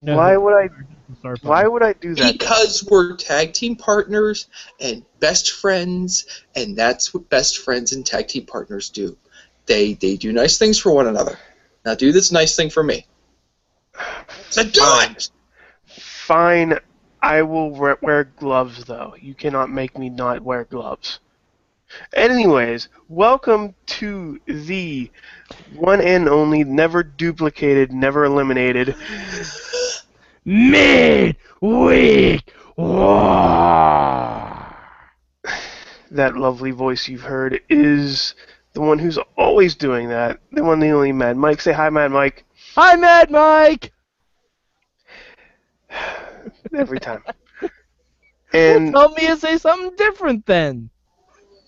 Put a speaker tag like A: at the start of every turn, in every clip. A: No,
B: why would I?
A: Sorry,
B: Why would I do that?
C: Because we're tag team partners and best friends, and that's what best friends and tag team partners do. They they do nice things for one another. Now do this nice thing for me. So do it.
B: Fine, I will wear, wear gloves though. You cannot make me not wear gloves. Anyways, welcome to the one and only, never duplicated, never eliminated.
D: Midweek War.
B: That lovely voice you've heard is the one who's always doing that. The one, the only Mad Mike. Say hi, Mad Mike.
D: Hi, Mad Mike.
B: Every time. And
D: Tell me to say something different then.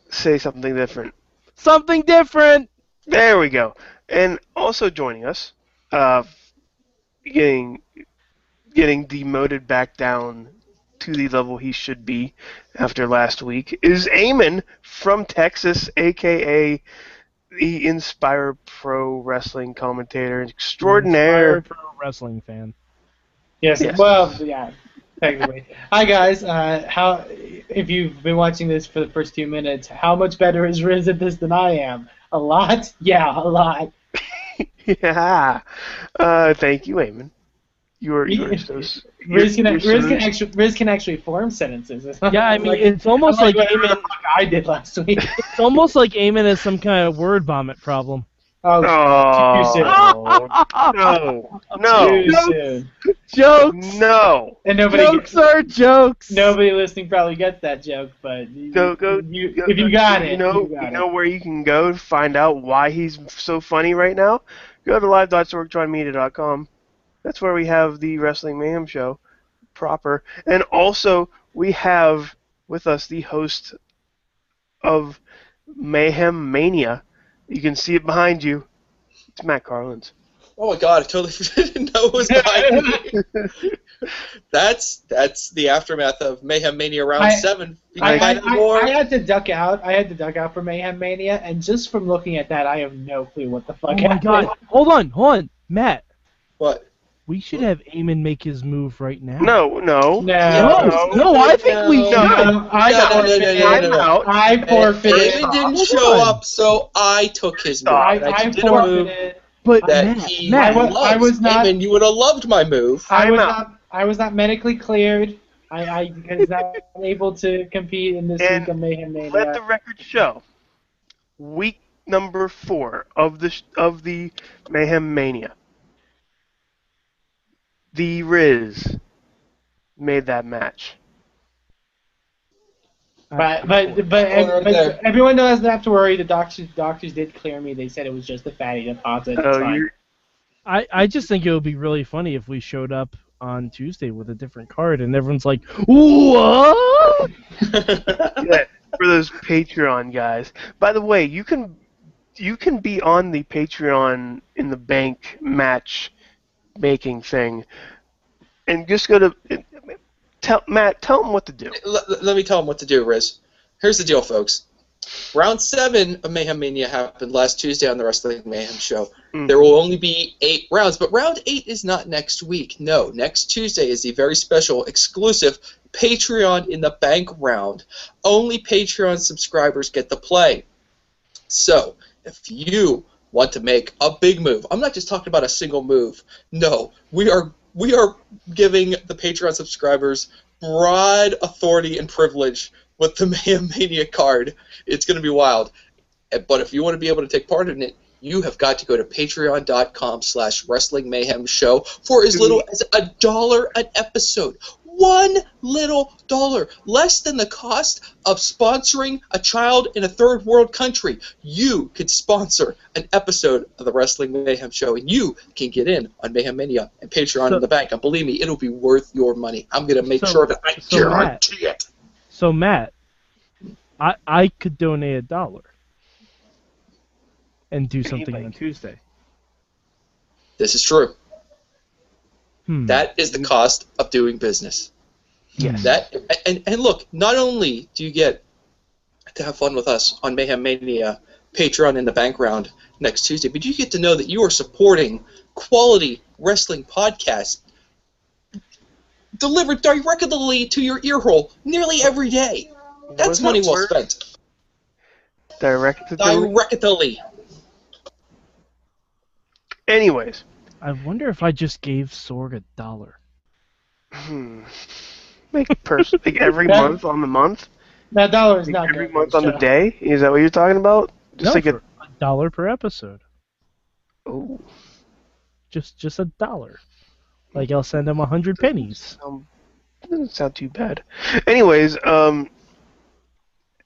B: say something different.
D: Something different.
B: There we go. And also joining us, uh, getting getting demoted back down to the level he should be after last week is Eamon from Texas, aka the Inspire Pro Wrestling commentator extraordinaire.
D: Pro wrestling fan.
A: Yes,
B: Yes.
A: Well, yeah. Technically. Hi guys. Uh, how if you've been watching this for the first few minutes, how much better is Riz at this than I am? A lot. Yeah, a lot.
B: yeah. Uh, thank you, Eamon. You are you are so s-
A: Riz can,
B: you're-
A: Riz
B: you're so-
A: can, actually, Riz can actually form sentences. It's not
D: Yeah, I mean,
A: like-
D: it's almost
A: not
D: like
A: whatever the
D: Eamon,
A: fuck I did last week.
D: it's almost like Eamon has some kind of word vomit problem.
A: Oh,
B: Oh, no, no,
A: too soon.
D: jokes,
B: no.
A: And nobody
D: jokes
A: gets,
D: are jokes.
A: nobody listening probably gets that joke, but you,
B: Go- go-
A: you, if you got it,
B: you know,
A: you got it.
B: know where you can go to find out why he's so funny right now. Go to live.sorgatronmedia.com. That's where we have the Wrestling Mayhem show proper, and also we have with us the host of Mayhem Mania. You can see it behind you. It's Matt Carlins.
C: Oh my god, I totally didn't know it was behind me. That's that's the aftermath of Mayhem Mania round
A: I-
C: seven. You can
A: I, I,
C: find out more.
A: I, I had to duck out. I had to duck out for Mayhem Mania, and just from looking at that, I have no clue what the fuck
D: Oh my
A: happened.
D: god. Hold on, hold on. Matt,
C: what?
D: we should have Eamon make his move right now.
B: No, no,
A: No,
D: No, no, I think we
C: No.
D: should.
B: No, no,
A: I
C: No, no, no,
A: forfeited.
C: no, no, no, no.
B: out.
A: I forfeited.
C: David didn't
D: Hold
C: show
D: on.
C: up, so I took his move.
A: I,
C: I,
A: I
C: did a move
A: forfeited.
D: But
C: that
D: Matt,
C: he
D: Matt,
A: I wa-
C: loves.
A: I was not-
C: Eamon, you would have loved my move.
A: I was
B: Timeout.
A: not. I was not medically cleared. I, I was not able to compete in this
B: And
A: week of Mayhem Mania.
B: Let the record show. Week number four of the sh- of the Mayhem Mania. The Riz made that match.
A: But but but,
C: Hold on
A: but
C: there.
A: everyone doesn't have to worry. The doctors doctors did clear me. They said it was just a fatty deposit. It's
B: So
A: fine.
B: Oh, you're,
D: I, I just think it would be really funny if we showed up on Tuesday with a different card and everyone's like, what?
B: yeah, for those Patreon guys. By the way, you can you can be on the Patreon in the bank match making thing, and just go to tell Matt. Tell him what to do.
C: L- l- let me tell him what to do, Riz. Here's the deal, folks. Round seven of Mayhem Mania happened last Tuesday on the Wrestling Mayhem show.
B: Mm.
C: There will only be eight rounds, but round eight is not next week. No, next Tuesday is the very special, exclusive Patreon in the Bank round. Only Patreon subscribers get to play. So, if you want to make a big move, I'm not just talking about a single move. No, we are we are giving the Patreon subscribers broad authority and privilege with the Mayhem Mania card. It's going to be wild. Eh, But if you want to be able to take part in it, you have got to go to patreon.com slash wrestling mayhem show for as little as a dollar an episode. one little dollar, less than the cost of sponsoring a child in a third world country. You could sponsor an episode of the Wrestling Mayhem Show, and you can get in on Mayhem Mania and Patreon
D: So-
C: in the bank. And believe me, it'll be worth your money. I'm gonna make
D: So-
C: sure that I
D: so Matt-
C: guarantee it.
D: So Matt, I I could donate a dollar and do something on
B: like-
D: Tuesday.
C: This is true.
D: Hmm.
C: That is the cost of doing business.
D: yes.
C: That and and look, not only do you get to have fun with us on Mayhem Mania Patreon in the background next Tuesday, but you get to know that you are supporting quality wrestling podcasts delivered directly to your earhole nearly every day. That's
B: Wasn't
C: money
B: that
C: well
B: word?
C: spent.
B: Direct to the-
C: Directly.
B: Anyways,
D: I wonder if I just gave Sorg a dollar.
B: hmm. make person like every
A: That-
B: month on the month,
A: That dollar is
B: Like,
A: not
B: every
A: good.
B: month on the
A: Shut up.
B: day. Is that what you're talking about? Just
D: No,
B: like Oh.
D: for a dollar per episode.
B: a ooh,
D: Just just a dollar. Like I'll send him a hundred pennies.
B: um, doesn't sound too bad. Anyways, um,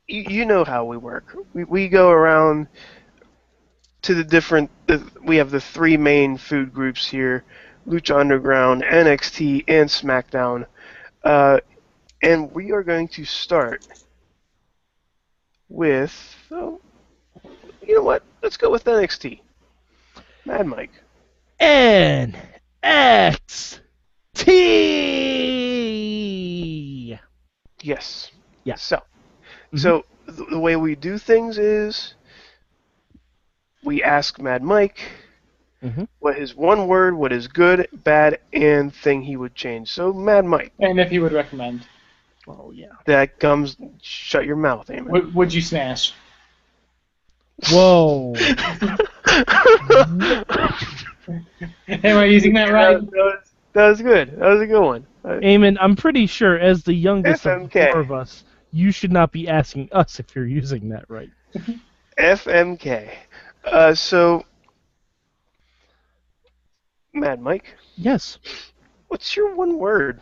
B: you, you know how we work. We we go around to the different. The, we have the three main food groups here: Lucha Underground, NXT, and SmackDown. Uh, and we are going to start with. Oh, you know what? Let's go with NXT. Mad Mike.
D: N X T.
B: Yes.
D: Yeah.
B: So, so th- the way we do things is we ask Mad Mike
D: Mhm.
B: what his one word, what is good, bad, and thing he would change. So, Mad Mike,
A: And if you would recommend,
D: Well, yeah.
B: that comes. Shut your mouth, Amon.
A: would, would you smash?
D: Whoa.
A: Am I using that right?
B: That was- that was good. That was a good one. Uh,
D: Eamon, I'm pretty sure as the youngest of the
B: FMK.
D: four of us, you should not be asking us if you're using that right.
B: FMK. Uh, so, Mad Mike,
D: Yes.
B: what's your one word?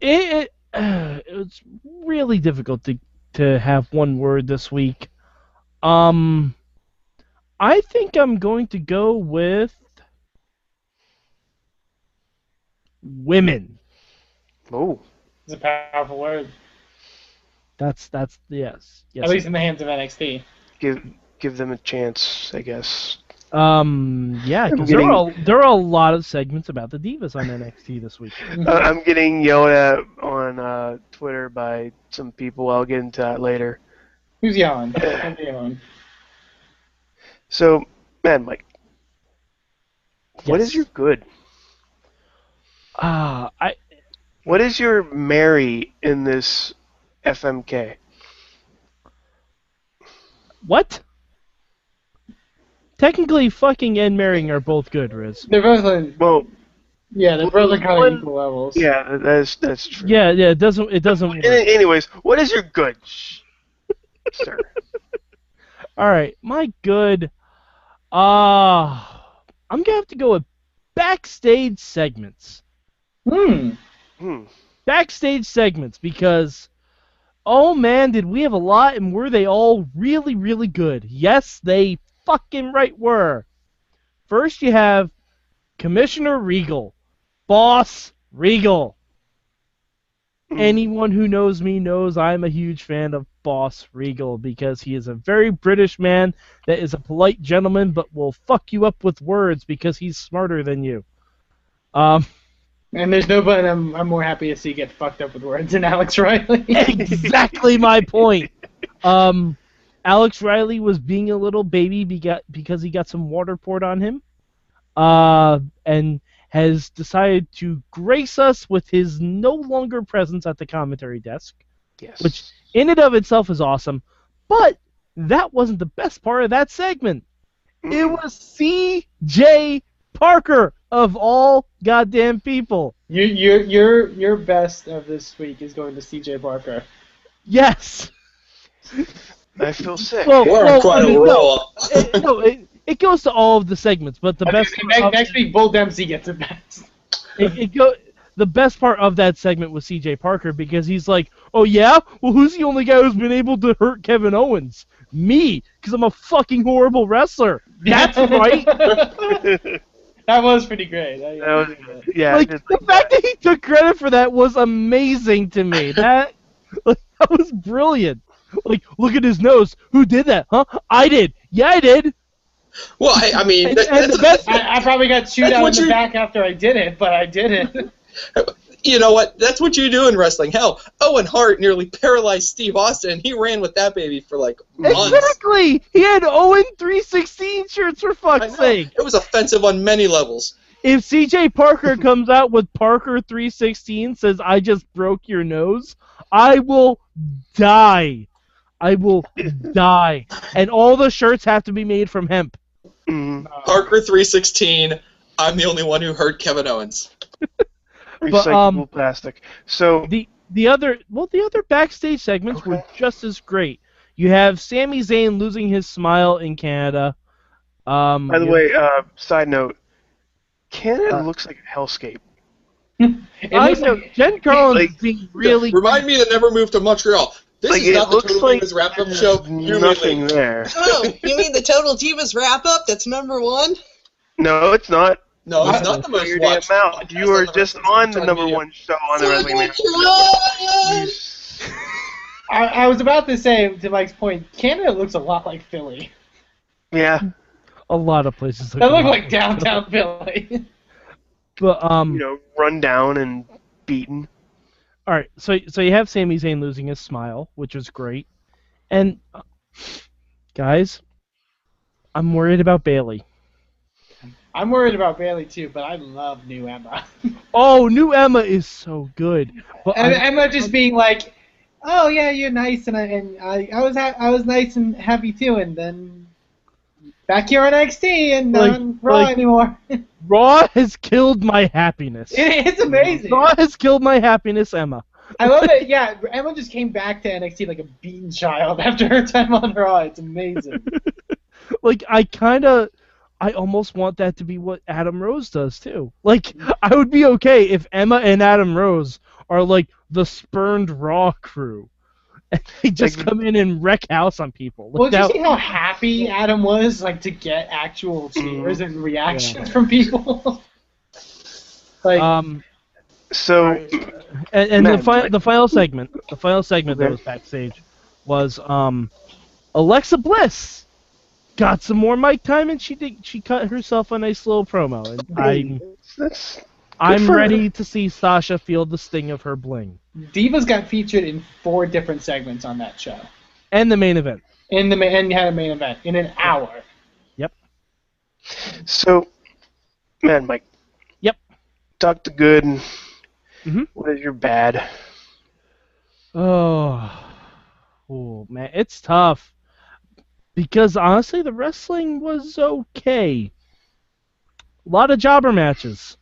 D: It, it, uh, it's really difficult to to have one word this week. Um I think I'm going to go with women.
B: Oh,
A: It's a powerful word.
D: That's that's yes. Yes.
A: At least in the hands of NXT.
B: give give them a chance, I guess.
D: Um yeah, 'cause there are a, there are a lot of segments about the divas on NXT this week.
B: Uh, I'm getting yelled at on uh, Twitter by some people. I'll get into that later.
A: Who's yelling? Don't be yelling.
B: So, man, Mike, what is
D: Yes.
B: your good?
D: Ah, I
B: What is your Mary in this FMK?
D: What? Technically, fucking and marrying are both good, Riz.
A: They're both on,
B: Well,
A: yeah, they're both on kind
B: One-
A: of equal levels.
B: yeah, that's that's true.
D: Yeah, yeah, it doesn't it doesn't work.
B: Any- Anyways, what is your good, Shh, sir?
D: All right, my good. Uh I'm gonna have to go with backstage segments.
A: Hmm.
B: Hmm.
D: Backstage segments because, oh man, did we have a lot and were they all really really good? Yes, they fucking right were. First, you have Commissioner Regal, Boss Regal. anyone who knows me knows I'm a huge fan of Boss Regal because he is a very British man that is a polite gentleman but will fuck you up with words because he's smarter than you. Um,
A: And there's nobody I'm, I'm more happy to see get fucked up with words than Alex Riley.
D: exactly my point. Um, Alex Riley was being a little baby bega- because he got some water poured on him uh, and has decided to grace us with his no longer presence at the commentary desk.
B: Yes.
D: Which- in and of itself is awesome, but that wasn't the best part of that segment. It
B: Hmm.
D: was C.J. Parker of all goddamn people.
A: you, you, your, your best of this week is going to CJ Parker.
D: Yes.
B: I feel sick.
D: Well,
C: We're
D: well,
C: on quite
D: I mean,
C: a
D: no,
C: roll.
D: it, no, it, it goes to all of the segments, but the
A: Okay,
D: best
A: next, next week, Bull Dempsey gets the best.
D: it, it go, the best part of that segment was CJ Parker because he's like, "Oh yeah, well who's the only guy who's been able to hurt Kevin Owens? Me, because I'm a fucking horrible wrestler. That's right."
A: that was pretty great. I-
B: That was, yeah.
D: like uh,
B: I just
D: the
B: like
D: fact that he took credit for that was amazing to me. That like, that was brilliant. Like, look at his nose. Who did that? Huh? I did. Yeah, I did.
C: Well, I, I mean,
D: And-
C: that,
D: and
C: that's
D: the best-
A: I, I probably got chewed
C: That's
A: out in
C: what
A: the
C: you-
A: back after I did it, but I did it.
C: you know what? That's what you do in wrestling. Hell, Owen Hart nearly paralyzed Steve Austin, and he ran with that baby for like months.
D: Exactly. He had Owen 316 shirts for
C: I
D: fuck's
C: know.
D: sake.
C: It was offensive on many levels.
D: If CJ Parker comes out with Parker 316 says I just broke your nose, I will die. I will die. And all the shirts have to be made from hemp.
B: mm,
D: Uh.
C: Parker 316. I'm the only one who hurt Kevin Owens.
D: But, um,
B: recyclable plastic. So
D: The the other well the other backstage segments were just as great. You have Sami Zayn losing his smile in Canada. Um,
B: By the way, uh, side note,
D: Uh,
B: Canada looks like a hellscape.
A: It
D: I
A: looks
D: know
A: like-
D: Jen Carlin's
B: like-
D: being really
C: Remind me to never move to Montreal. This
B: Like,
C: is
B: it
C: not the
B: looks
C: Total
B: like
C: Divas wrap-up show.
B: There's
C: Nothing.
B: nothing there.
E: Oh, you mean the Total Divas wrap up? That's number one.
B: No, it's not.
C: No, it's not the most
B: Your damn
C: watched.
B: mouth.
C: podcast
B: You are
C: on the
B: just
C: Wrestling
B: on the
C: Time
B: number
C: Media.
B: one show on the Wrestling Man. You
E: Tron!
B: s-
A: I, I was about to say, to Mike's point, Canada looks a lot like Philly.
B: Yeah,
D: a lot of places.
A: They look
D: alike.
A: like downtown Philly.
D: But um,
B: you know, run down and beaten.
D: all right, so so you have Sami Zayn losing his smile, which was great, and uh, guys, I'm worried about Bailey.
A: I'm worried about Bailey too, but I love new Emma.
D: Oh, new Emma is so good. But
A: And
D: I-
A: Emma just being like, "Oh yeah, you're nice," and I and I, I was ha- I was nice and happy too, and then back here on NXT and not
D: Like-
A: on Raw
D: like-
A: anymore.
D: Raw has killed my happiness.
A: It- it's amazing.
D: Raw has killed my happiness, Emma.
A: I love it. Yeah, Emma just came back to NXT like a beaten child after her time on Raw. It's amazing.
D: like I kind of I almost want that to be what Adam Rose does too. Like I would be okay if Emma and Adam Rose are like the spurned Raw crew. And they just
B: Like-
D: come in and wreck house on people.
A: well,
D: Like,
A: did you
D: now-
A: see how happy Adam was like to get actual
D: Mm-hmm.
A: cheers and reactions from people? like,
D: um
B: So
D: and, and the
B: Man,
D: fi-
B: like-
D: the final segment, the final segment that was backstage was um Alexa Bliss got some more mic time and she did she cut herself a nice little promo and I'm
B: that's
D: I'm
B: for her.
D: ready to see Sasha feel the sting of her bling.
A: Divas got featured in four different segments on that show.
D: and the main event.
A: in the ma- and had a main event in an hour.
B: so. Man, Mike.
D: Yep.
B: Talk to good. And
D: Mhm.
B: What is your bad?
D: Oh, oh man, it's tough because honestly, the wrestling was okay. A lot of jobber matches.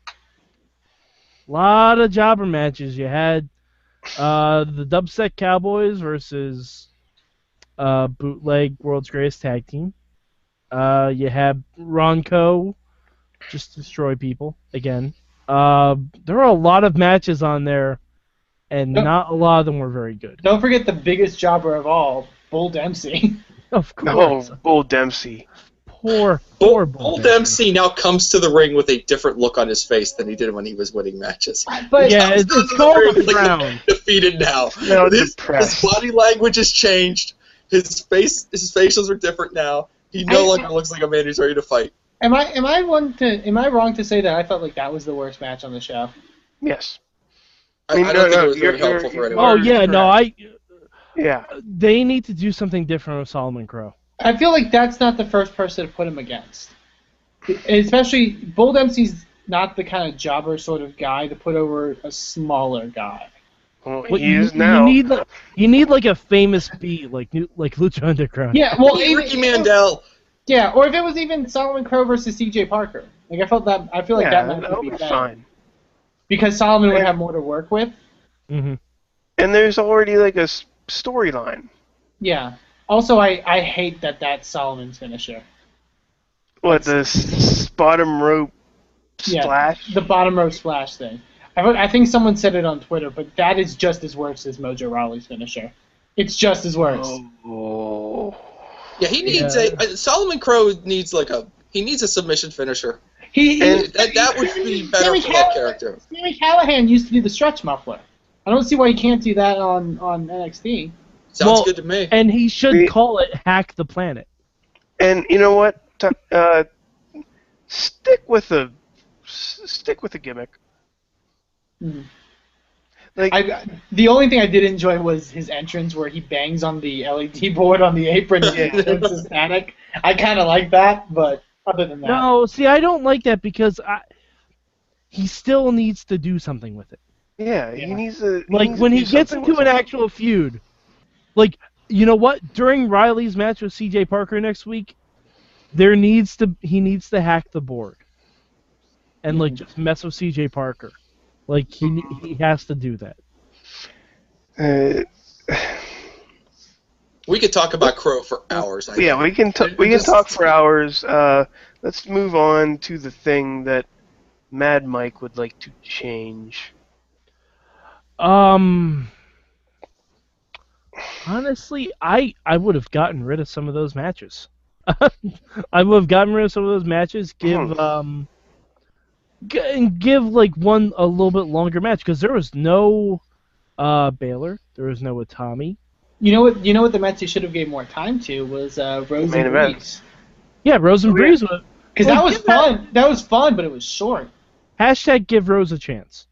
D: A lot of jobber matches. You had uh, the Dubset Cowboys versus uh, Bootleg World's Greatest Tag Team. Uh, you had Ronco just destroy people again. Uh, there were a lot of matches on there, and
A: Yep.
D: not a lot of them were very good.
A: Don't forget the biggest jobber of all, Bull Dempsey.
D: Of
B: Oh,
D: course,
B: Bull Dempsey.
D: poor,
C: Bull,
D: poor
C: Bull
D: Dempsey.
C: Dempsey now comes to the ring with a different look on his face than he did when he was winning matches.
A: But
D: Yeah, it's, it's called the crown.
C: Defeated now.
B: Now
C: His, his
B: depressed.
C: body language has changed. His face, his facials are different now. He no
A: I-
C: longer looks like a man who's ready to fight.
A: am I am I one to am I wrong to say that I felt like that was the worst match on the show?
B: Yes.
C: I,
B: I mean, no,
C: I don't think
B: no,
C: it was very
B: you're-
C: helpful
B: you're-
C: for anyone.
D: Oh yeah, no, I.
B: Yeah.
D: They need to do something different with Solomon Crow.
A: I feel like that's not the first person to put him against. Especially Bull Dempsey's not the kind of jobber sort of guy to put over a smaller guy.
B: Well,
D: What
B: he
D: you,
B: is now.
D: You need like you need like a famous B like new like Lucha Underground.
A: Yeah, Oh, well,
C: Hey,
A: even-
C: Ricky Mandel.
A: Yeah, or if it was even Solomon Crow versus C.J. Parker. Like I felt that I feel like
B: yeah,
A: that match
B: that'll
A: would be
B: be
A: better.
B: fine.
A: because Solomon would have more to work with.
D: hmm
B: And there's already like a s- storyline.
A: Yeah. Also, I, I hate that that's Solomon's finisher.
B: What the s- bottom rope
A: Yeah,
B: splash?
A: The bottom rope splash thing. I, re- I think someone said it on Twitter, but that is just as worse as Mojo Rawley's finisher. It's just as worse.
B: Oh.
C: Yeah, he needs
D: Yeah.
C: a, a Solomon Crow needs like a he needs a submission finisher.
A: He, he-
B: And-
C: That, that would be better
A: Sammy
C: for that
A: Callahan-
C: character.
A: Sammy Callahan used to do the stretch muffler. I don't see why he can't do that on, on NXT.
C: Sounds
D: Well,
C: good to me.
D: And he should
B: We-
D: call it Hack the Planet.
B: And you know what? T- Uh, stick with the s- stick with the gimmick.
D: Hmm.
A: Mhm.
B: Like
A: I, the only thing I did enjoy was his entrance where he bangs on the LED board on the apron and
B: Yeah.
A: it's a static. I kind of like that, but other than that,
D: No, see, I don't like that because I, he still needs to do something with it.
B: yeah, he
A: Yeah.
B: needs to.
D: Like
B: needs to
D: when
B: do
D: he gets
B: something
D: into
B: with
D: an
B: it.
D: actual feud, like you know what? During Riley's match with C.J. Parker next week, there needs to he needs to hack the board, and like
B: Mm-hmm.
D: just mess with C.J. Parker. Like he ne- he has to do that.
B: Uh,
C: We could talk about Crow for hours. I
B: yeah, we can t-
C: It-
B: we
C: it
B: can
C: just-
B: talk for hours. Uh, let's move on to the thing that Mad Mike would like to change.
D: Um. Honestly, I I would have gotten rid of some of those matches. I would have gotten rid of some of those matches.
B: Hmm.
D: Give um. G- and give like one a little bit longer match because there was no, uh, Baylor. There was no Atami.
A: you know what? You know what the Mets you should have gave more time to was uh, Rose
B: Main
A: and
B: event.
A: Reeves
D: Yeah, Rose and
B: Oh, yeah.
D: Breeze. Was,
A: because
D: Well,
A: that was
D: give that-
A: fun. That was fun, but it was short.
D: hashtag give Rose a chance.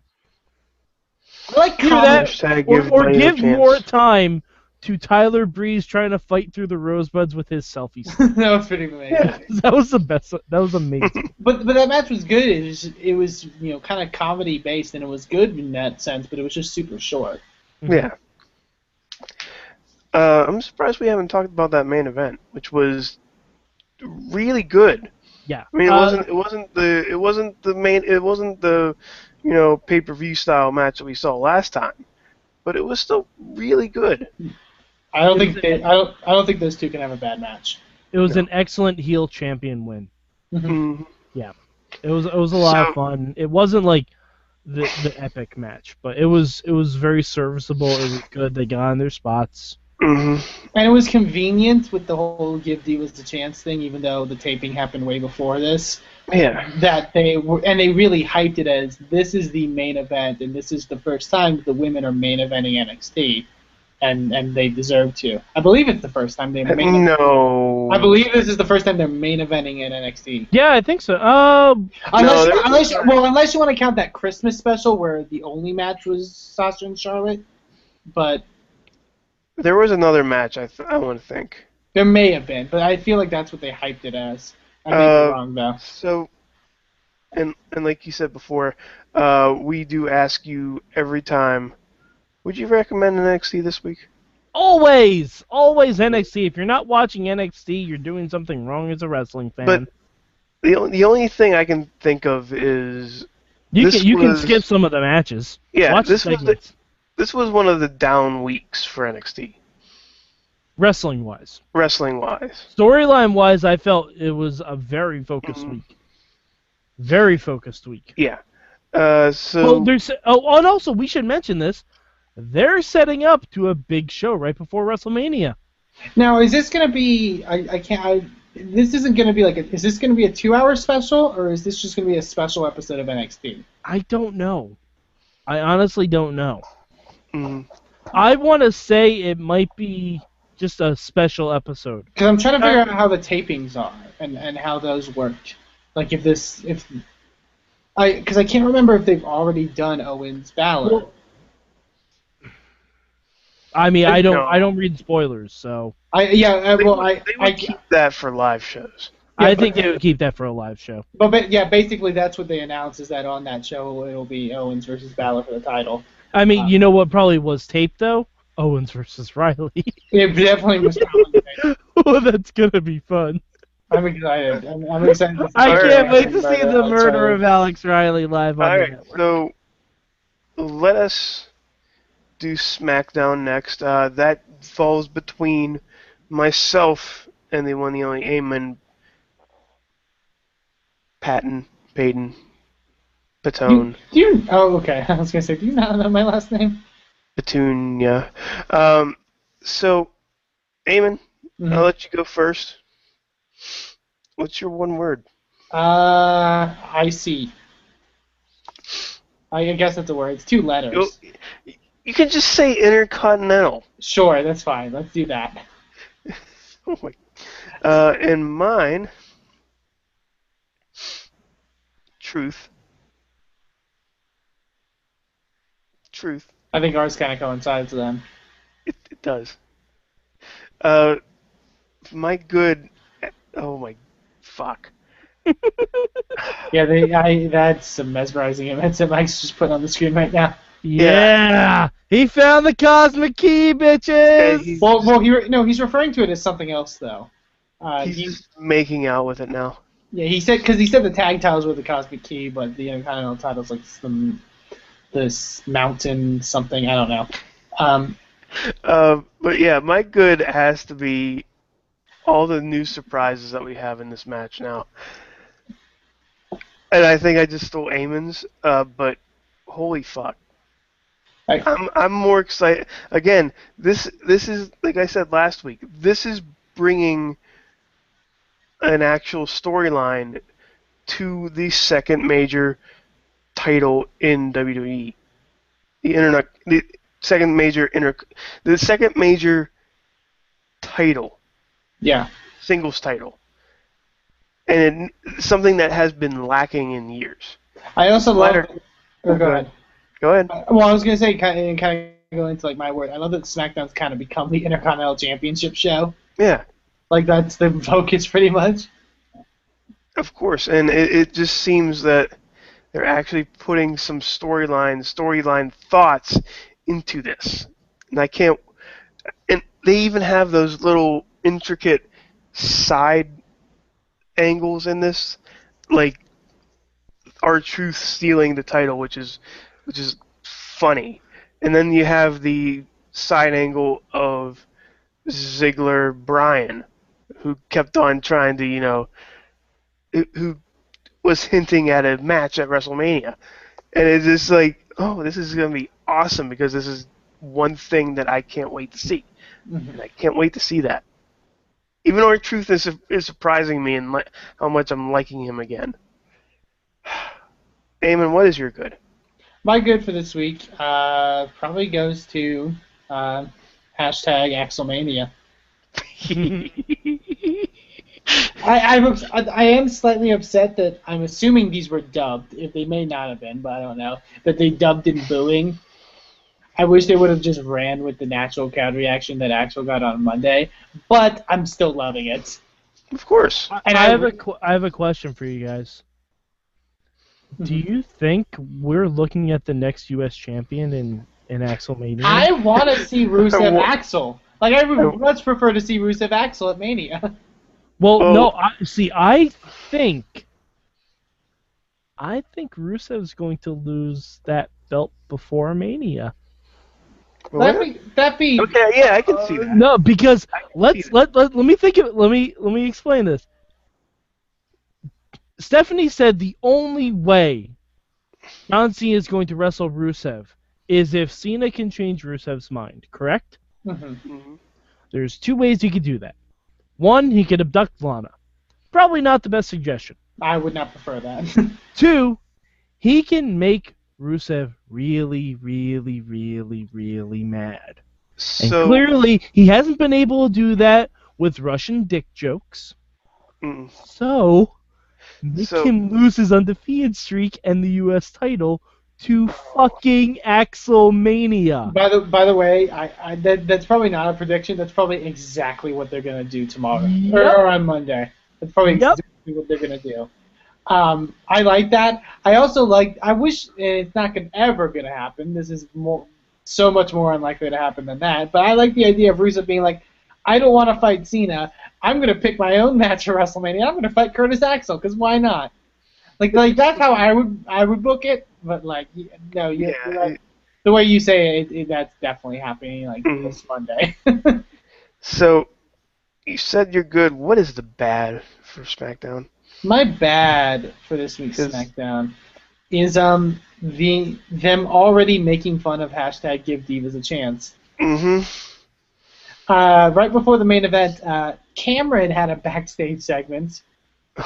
A: I like
D: Either
A: comedy.
D: that
B: Hashtag
D: Or,
B: give
D: or
B: Blaine a
D: give
B: chance.
D: more time to Tyler Breeze trying to fight through the rosebuds with his selfie stick.
A: that was pretty amazing.
D: that was the best. That was amazing.
A: But but that match was good. It was it was you know kind of comedy based and it was good in that sense, but it was just super short.
B: Yeah. Uh, I'm surprised we haven't talked about that main event, which was really good.
D: Yeah.
B: I mean, it
D: Uh,
B: wasn't it wasn't the it wasn't the main it wasn't the you know pay per view style match that we saw last time, but it was still really good.
A: I don't think they, I don't I don't think those two can have a bad match.
D: It was
B: No.
D: an excellent heel champion win.
A: Mm-hmm.
B: Mhm.
D: It was it was a lot
B: So-
D: of fun. It wasn't like the the epic match, but it was it was very serviceable. It was good. They got in their spots.
B: Mhm.
A: And it was convenient with the whole give divas the chance thing, even though the taping happened way before this.
B: Yeah.
A: That they were and they really hyped it as this is the main event and this is the first time that the women are main eventing NXT, and and they deserve to. I believe it's the first time they main.
B: No.
A: I believe this is the first time they're main eventing in NXT.
D: Yeah, I think so. Uh,
A: Unless,
B: there-
A: unless well, unless you want to count that Christmas special where the only match was Sasha and Charlotte, but
B: there was another match. I th- I want to think.
A: there may have been. But I feel like that's what they hyped it as. I may
B: Uh,
A: be wrong though.
B: So, and and like you said before, uh, we do ask you every time. Would you recommend NXT this week?
D: always always NXT. If you're not watching NXT, you're doing something wrong as a wrestling fan.
B: But The only, the only thing I can think of is
D: you
B: this
D: can you
B: was-
D: can skip some of the matches.
B: yeah,
D: Watch
B: this was
D: segments,
B: the, this was one of the down weeks for NXT
D: wrestling wise.
B: wrestling wise.
D: Storyline wise, I felt it was a very focused
B: Mhm.
D: week. Very focused week.
B: Yeah. Uh, so
D: well, there's oh, and also we should mention this. They're setting up to a big show right before WrestleMania.
A: Now is this gonna be? I, I can't. I this isn't gonna be like. A, is this gonna be a two-hour special or is this just gonna be a special episode of NXT?
D: I don't know. I honestly don't know.
B: mm,
D: I want to say it might be just a special episode.
A: Because I'm trying to
B: Uh,
A: figure out how the tapings are and, and how those worked. Like if this if I because I can't remember if they've already done Owens Balor.
D: Well- I mean, I don't
B: No.
D: I don't read spoilers, so
A: I yeah. I,
B: they,
A: well,
B: would-
A: I,
B: they would
A: I
B: keep that for live shows.
D: I
A: Yeah,
D: think
A: but-
D: they would keep that for a live show.
A: But, but yeah, basically that's what they announced is that on that show it'll be Owens versus Balor for the title.
D: I mean,
A: Uh,
D: you know what probably was taped though? Owens versus Riley.
A: It definitely was.
D: oh, that's gonna be fun.
A: I'm excited. I'm, I'm excited. to see
D: I
B: Alright.
D: can't wait to see
A: But,
D: the
A: uh,
D: murder
A: so-
D: of Alex Riley live on
B: All
D: the
B: right,
D: network.
B: so let us do SmackDown next. Uh, that falls between myself and the one, the only Eamon Patton, Payton, Patone.
A: Do you? Oh, okay. I was gonna say, do you not know my last name?
B: Petunia. Um, so, Eamon,
A: Mhm.
B: I'll let you go first. What's your one word?
A: Uh, I see. I guess that's a word. It's two letters.
B: You, you can just say intercontinental.
A: Sure, that's fine. Let's do that.
B: Oh my. Uh, and mine, truth. Truth.
A: I think ours kind of coincides with them.
B: It, it does. Uh, my good. Oh my. Fuck.
A: Yeah, they. I. That's a mesmerizing image that Mike's just putting on the screen right now.
D: Yeah. He found the cosmic key,
B: Yeah,
D: bitches.
B: he's,
A: Well, well, he re- no, he's referring to it as something else though. Uh,
B: he's
A: he,
B: just making out with it now.
A: yeah, he said because he said the tag titles were the Cosmic Key, but the Intercontinental titles like some this mountain something I don't know. Um,
B: Uh, but yeah, my good has to be all the new surprises that we have in this match now. And I think I just stole Eamon's, uh, but holy fuck.
A: I-
B: I'm I'm more excited. Again, this this is like I said last week. This is bringing an actual storyline to the second major title in WWE. The internet, the second major inter, the second major title,
A: yeah,
B: singles title, and it, something that has been lacking in years.
A: I also love.
B: Letter.
A: Oh, go ahead.
B: Go ahead.
A: Uh, Well, I was gonna say kind of, kind of go into like my word. I love that SmackDown's kind of become the Intercontinental Championship show.
B: Yeah,
A: Like that's the focus pretty much.
B: of course. And it, it just seems that they're actually putting some storyline, storyline thoughts into this, and I can't. And they even have those little intricate side angles in this, like our truth stealing the title, which is which is funny. And then you have the side angle of Ziggler Bryan, who kept on trying to, you know, who- who was hinting at a match at WrestleMania. And it's just like, oh, this is going to be awesome because this is one thing that I can't wait to see. And I can't wait to see that. Even our truth is, is surprising me and li- how much I'm liking him again. Damon, what is your good?
A: My good for this week uh, probably goes to uh, hashtag Axelmania. I, I'm, ups- I I am slightly upset that I'm assuming these were dubbed. If they may not have been, but I don't know that they dubbed in booing. I wish they would have just ran with the natural crowd reaction that Axel got on Monday, but I'm still loving it.
B: Of course.
A: And
D: I
A: I
D: have a
A: re-
D: qu- I have a question for you guys. Do
A: Mhm.
D: you think we're looking at the next U.S. champion in in Axel Mania?
A: I want to see Rusev
B: wa-
A: Axel. Like I
B: I-
A: would much prefer to see Rusev Axel at Mania.
D: well,
B: Oh.
D: no. I, see, I think I think Rusev's going to lose that belt before Mania.
A: That be that be
B: Okay, yeah, I can see that.
D: No, because
B: see
D: let's
B: that.
D: let, let let me think of it. Let me let me explain this. Stephanie said the only way John Cena is going to wrestle Rusev is if Cena can change Rusev's mind. Correct?
A: Mhm.
B: Mhm.
D: There's two ways he could do that. One, he could abduct Lana. Probably not the best suggestion.
A: I would not prefer that.
D: Two, he can make Rusev really, really, really, really mad. And
B: So,
D: clearly, he hasn't been able to do that with Russian dick jokes.
B: mm,
D: So, make
B: So-
D: him lose his undefeated streak and the U.S. title to fucking Axelmania.
A: by the by the way, I, I that, that's probably not a prediction. That's probably exactly what they're gonna do tomorrow or,
D: Yep.
A: or on Monday. That's probably
D: Yep.
A: exactly what they're gonna do. Um, I like that. I also like. I wish and it's not gonna, ever gonna happen. This is more so much more unlikely to happen than that. But I like the idea of Rusev being like, I don't want to fight Cena. I'm gonna pick my own match at WrestleMania. I'm gonna fight Curtis Axel because why not? Like like that's how I would I would book it. But like y- no, you,
B: yeah,
A: you're right the way you say it, it that's definitely happening like
B: Mhm.
A: this Monday.
B: So, you said you're good. What is the bad for SmackDown?
A: My bad for this week's
B: Because-
A: SmackDown. is um the them already making fun of hashtag Give Divas a Chance.
B: Mm-hmm.
A: Uh, right before the main event, uh, Cameron had a backstage segment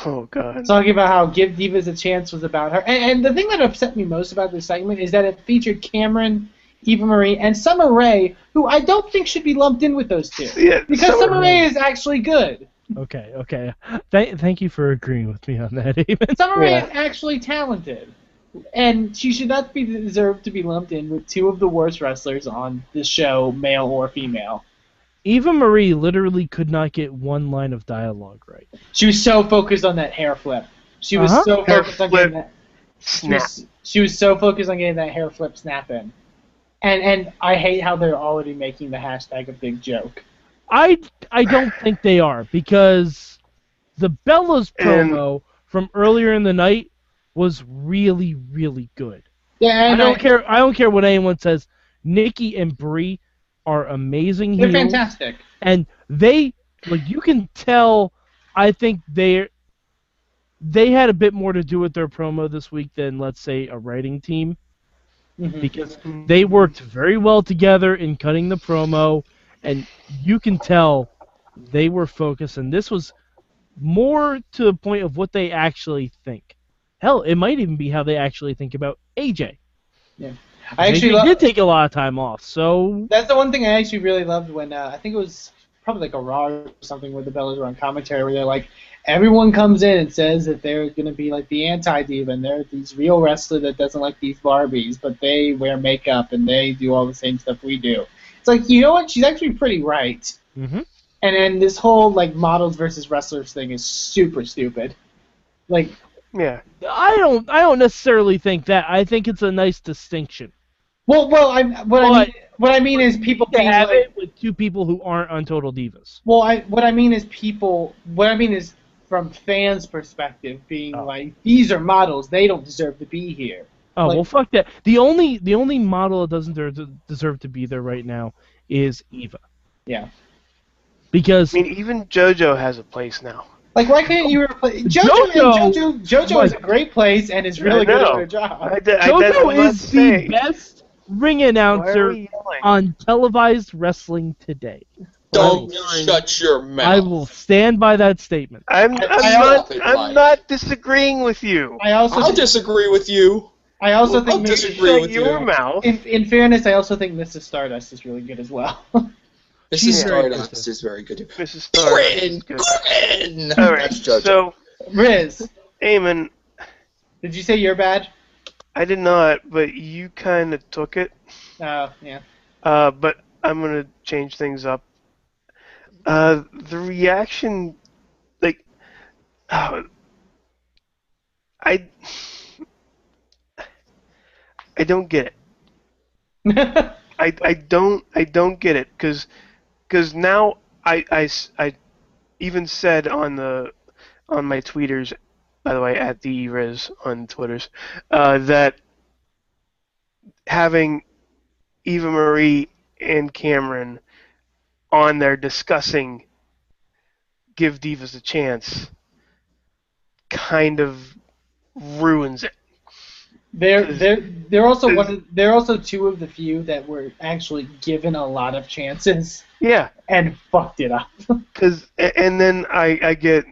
B: Oh God.
A: talking about how Give Divas a Chance was about her. And, and the thing that upset me most about this segment is that it featured Cameron, Eva Marie, and Summer Rae, who I don't think should be lumped in with those two.
B: Yeah.
A: Because
B: Summer-
A: Summer Rae is actually good.
D: Okay, okay. Th- thank you for agreeing with me on that, Amen.
A: Summer Rae
B: Yeah.
A: is actually talented. And she should not be deserved to be lumped in with two of the worst wrestlers on the show, male or female.
D: Eva Marie literally could not get one line of dialogue right.
A: She was so focused on that hair flip. She was
D: Uh-huh.
A: so
B: Hair
A: focused on
B: flip.
A: getting that. She
B: Snap.
A: was, she was so focused on getting that hair flip snap in. And and I hate how they're already making the hashtag a big joke.
D: I I don't think they are because the Bellas
B: And-
D: promo from earlier in the night was really really good.
A: Yeah,
D: I
A: and
D: don't care. I don't care what anyone says. Nikki and Brie are amazing
A: They're
D: heels,
A: fantastic.
D: and they like you can tell. I think they are they had a bit more to do with their promo this week than let's say a writing team
A: Mhm.
D: because they worked very well together in cutting the promo, and you can tell they were focused. And this was more to the point of what they actually think. Hell, it might even be how they actually think about AJ.
A: I actually
D: They
A: love,
D: did take a lot of time off, so
A: That's the one thing I actually really loved when uh, I think it was probably like a Raw or something where the Bellas were on commentary where they're like, everyone comes in and says that they're going to be like the anti diva and they're these real wrestler that doesn't like these Barbies, but they wear makeup and they do all the same stuff we do. It's like you know what? She's actually pretty right.
D: Mhm.
A: And then this whole like models versus wrestlers thing is super stupid. Like
B: Yeah.
D: I don't. I don't necessarily think that. I think it's a nice distinction.
A: well, well, I what I
D: But-
A: mean, what I mean is people
D: To
A: being
D: have
A: like-
D: it with two people who aren't on Total Divas.
A: Well, I what I mean is people. What I mean is from fans' perspective, being
D: Oh.
A: like these are models. They don't deserve to be here.
D: Oh
A: Like-
D: well, fuck that. The only the only model that doesn't der- deserve to be there right now is Eva.
A: Yeah.
D: Because
B: I mean, even JoJo has a place now.
A: Like why couldn't you replace JoJo?
D: JoJo-
A: JoJo, JoJo is a great place and is
B: I
A: really good at
B: know.
A: her job.
B: I, did- I, that's what
D: JoJo
B: I'm
D: is the
B: saying.
D: best ring
B: Why are
D: announcer
B: we yelling?
D: on televised wrestling today.
C: Don't
B: Fine.
C: shut your mouth.
D: I will stand by that statement.
B: I'm, I'm,
C: I- I
B: not,
C: don't-
B: I'm not disagreeing with you.
A: I also
C: I'll disagree with you.
A: I also
C: I'll
A: think maybe-
C: disagree
B: Shut
C: with you.
B: your mouth.
A: in, in fairness, I also think Mrs. Stardust is really good as well.
C: Mrs.
D: She's very
C: Stardust
D: impressive.
C: is very good.
B: Mrs. Star.
C: Grin, grin.
B: All right.
C: That's JoJo.
B: So,
A: Riz,
B: Eamon,
A: did you say you're bad?
B: I did not, but you kind of took it.
A: Uh, yeah.
B: Uh, but I'm gonna change things up. Uh, the reaction, like, uh, I, I don't get it. I, I don't I don't get it because now I, I s- I even said on the on my tweeters by the way at the Riz on twitters uh, that having Eva Marie and Cameron on there discussing give divas a chance kind of ruins it
A: They're they're they're also one of, they're also two of the few that were actually given a lot of chances
B: yeah
A: and fucked it up.
B: Cause, a- and then I, I get,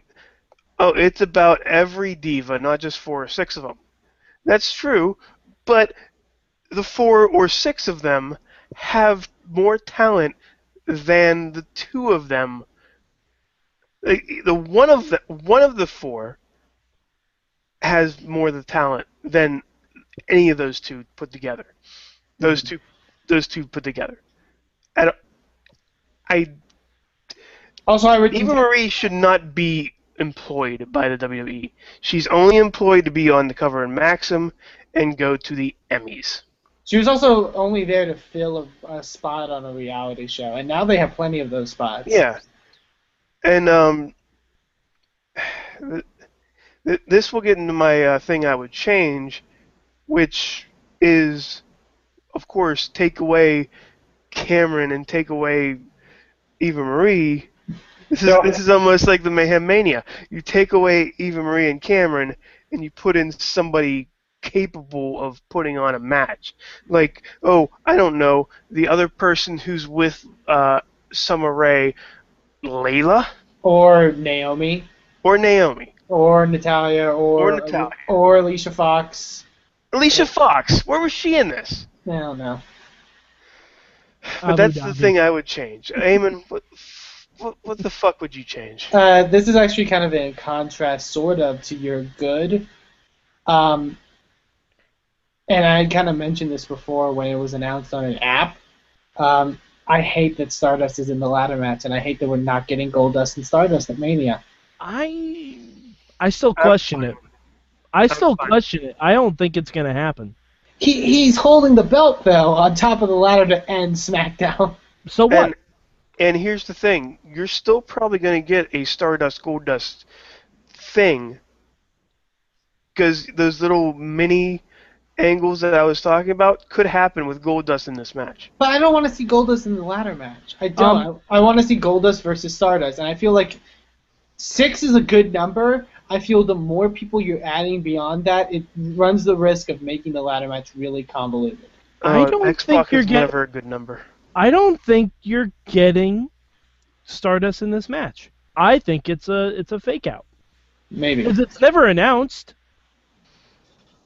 B: oh, it's about every diva, not just four or six of them. That's true, but the four or six of them have more talent than the two of them. The, the one of the one of the four has more of the talent than any of those two put together. Those two, those two put together. I, don't- I
A: Also, I would
B: Eva Marie should not be employed by the WWE. She's only employed to be on the cover in Maxim and go to the Emmys.
A: she was also only there to fill a, a spot on a reality show, and now they have plenty of those spots.
B: Yeah. And um, th- th- this will get into my uh, thing I would change, which is, of course, take away Cameron and take away Eva Marie. This is, this is almost like the Mayhem Mania. You take away Eva Marie and Cameron, and you put in somebody capable of putting on a match. Like, oh, I don't know, the other person who's with uh, Summer Rae, Layla
A: or Naomi,
B: or Naomi,
A: or Natalia, or
B: Or Natalia.
A: or Alicia Fox.
B: Alicia Fox. Where was she in this?
A: I don't know.
D: Abu
B: But that's the
D: Dhabi.
B: thing I would change. Eamon, what, what, what the fuck would you change?
A: Uh, this is actually kind of in contrast, sort of, to your good. Um, and I kind of mentioned this before when it was announced on an app. Um, I hate that Stardust is in the ladder match, and I hate that we're not getting Goldust and Stardust at Mania.
D: I I still
B: I'm
D: Uh, question
B: fine
D: it. I
B: That's
D: still
B: fine.
D: question it. I don't think it's gonna happen.
A: He, he's holding the belt, though, on top of the ladder to end SmackDown.
D: So what?
B: And, and here's the thing: you're still probably going to get a Stardust Gold Dust thing, because those little mini angles that I was talking about could happen with Gold Dust in this match.
A: But I don't want to see Goldust in the ladder match. I don't.
D: Um,
A: I, I want to see Goldust versus Stardust, and I feel like six is a good number. I feel the more people you're adding beyond that, it runs the risk of making the ladder match really convoluted.
D: I
B: Uh,
D: don't
B: X-Pac
D: think you're
B: is
D: get-
B: never a good number.
D: I don't think you're getting Stardust in this match. I think it's a it's a fake out
A: Maybe.
D: because it's never announced.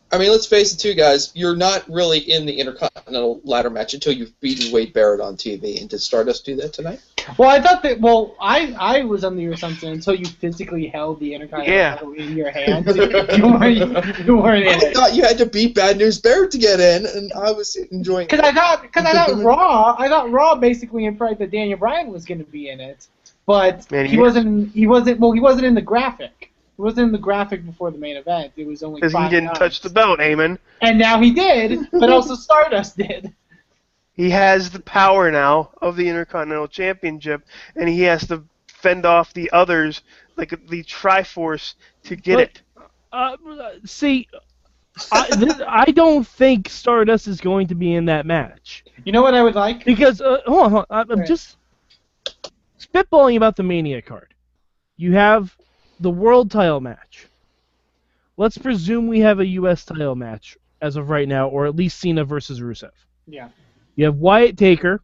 C: I mean, let's face it, too, guys. You're not really in the Intercontinental Ladder match until you've beaten Wade Barrett on TV. And did Stardust do that tonight?
A: Well, I thought that. Well, I I was under the assumption until you physically held the
B: Yeah.
A: intercontinental title in your hands, you weren't, you weren't in
C: I
A: it.
C: thought you had to beat Bad News Barrett to get in, and I was enjoying.
A: Because I thought, because I thought Raw, I thought Raw basically implied that Daniel Bryan was going to be in it, but
B: Man,
A: he
B: he-
A: wasn't. He wasn't. Well, he wasn't in the graphic. He wasn't in the graphic before the main event. It was only
B: Because he
A: five
B: didn't
A: times.
B: touch the belt, Eamon.
A: And now he did, but also Stardust did.
B: He has the power now of the Intercontinental Championship, and he has to fend off the others, like the Triforce, to get
D: But-
B: it.
D: Uh, see, I, th- I don't think Stardust is going to be in that match
A: You know what I would like?
D: because uh, hold on, hold on, I'm- I'm
A: Right.
D: just spitballing about the Mania card. You have the World Title match. Let's presume we have a U.S. title match as of right now, or at least Cena versus Rusev.
A: Yeah.
D: You have Wyatt Taker,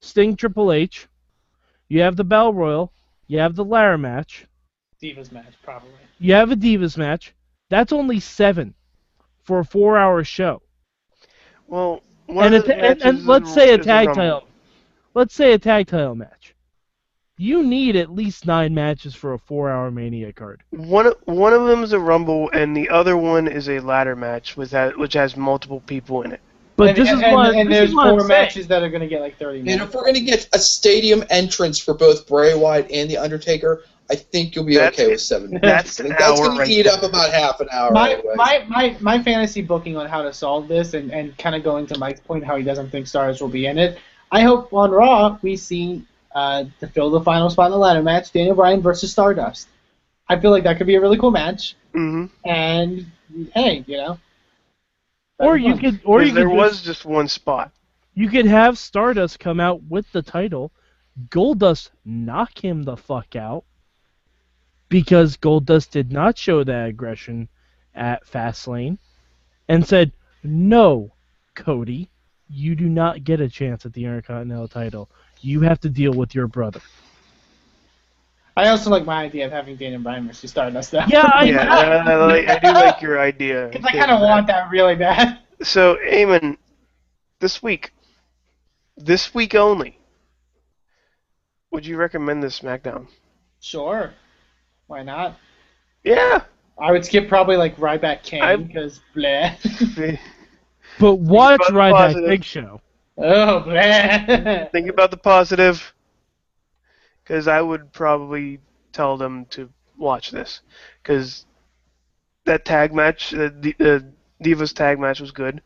D: Sting Triple H. You have the Bell Royal. You have the Lara match.
A: Divas match probably.
D: You have a Divas match. That's only seven for a four hour show.
B: Well, one
D: And, a
B: of
D: ta-
B: the
D: and,
B: matches
D: and
B: is
D: let's
B: a-
D: say a
B: is
D: tag
B: Rumble.
D: title. Let's say a tag title match. You need at least nine matches for a four hour Mania card.
B: One of- one of them is a rumble, and the other one is a ladder match with that, which has multiple people in it.
D: But
A: and,
D: this
A: and,
D: is what,
A: and
D: this
A: there's
D: is what I'm
A: four
D: saying.
A: matches that are going to get like 30
C: And
A: minutes.
C: if we're gonna get a stadium entrance for both Bray Wyatt and the Undertaker, I think you'll be
B: That's-
C: okay with seven.
B: that's
C: minutes. I think
B: an
C: that's
B: hour
C: gonna
B: right
C: eat
B: there.
C: up about half an hour.
A: my,
C: anyway.
A: my, my, my fantasy booking on how to solve this and, and kind of going to Mike's point how he doesn't think Stars will be in it. I hope on Raw we see uh, to fill the final spot in the ladder match Daniel Bryan versus Stardust. I feel like that could be a really cool match.
D: Mm-hmm.
B: hmm
A: And hey, you know.
D: Or you
A: can.
D: could, or you
B: there
D: could,
B: was
D: just-
B: just one spot.
D: you could have Stardust come out with the title, Goldust knock him the fuck out, because Goldust did not show that aggression at Fastlane, and said, "No, Cody, you do not get a chance at the Intercontinental title. You have to deal with your brother."
A: I also like my idea of having Daniel Bryan versus Stardust though.
D: Yeah, I-
B: yeah, I, I like, I do like your idea.
A: Because I kind of want that really bad.
B: So, Eamon, this week, this week only, would you recommend this SmackDown?
A: Sure. Why not?
B: Yeah.
A: I would skip probably like Ryback King
B: I'm-
A: because bleh.
D: But watch
B: about the
D: Ryback
B: positive.
D: Big Show.
A: Oh, bleh.
B: Think about the positive, because I would probably tell them to watch this, because that tag match, the the Divas tag match was good.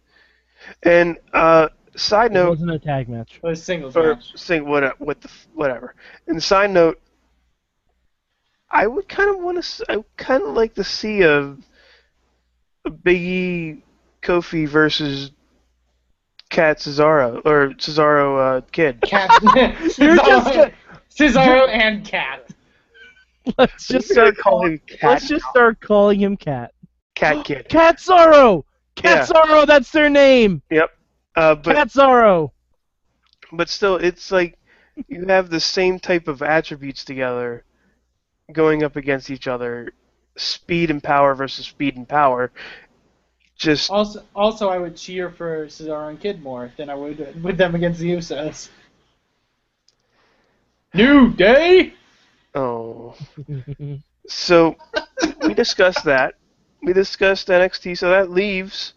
B: And uh, side
D: It
B: note,
D: wasn't a tag match.
A: Those singles
B: or
A: match.
B: sing what uh, what the f- whatever. And side note, I would kind of want to. I kind of like to see a, a Big E, Kofi versus Cat Cesaro or Cesaro uh, Kid.
A: Cat.
D: You're
A: Cesaro,
D: just gonna-
A: Cesaro and Cat.
D: Let's
B: Just
D: just
B: gonna
D: start
B: call
D: calling.
B: him Cat.
D: Let's just start calling him Cat.
B: Cat Kid.
D: Cat Sorrow. Cat Sorrow, that's their name.
B: Uh, but
D: Cat Sorrow.
B: but still, it's like you have the same type of attributes together going up against each other. Speed and power versus speed and power. Just
A: Also, also, I would cheer for Cesaro and Kid more than I would with them against the Usos. New Day.
B: oh. So we discussed that. We discussed NXT. So that leaves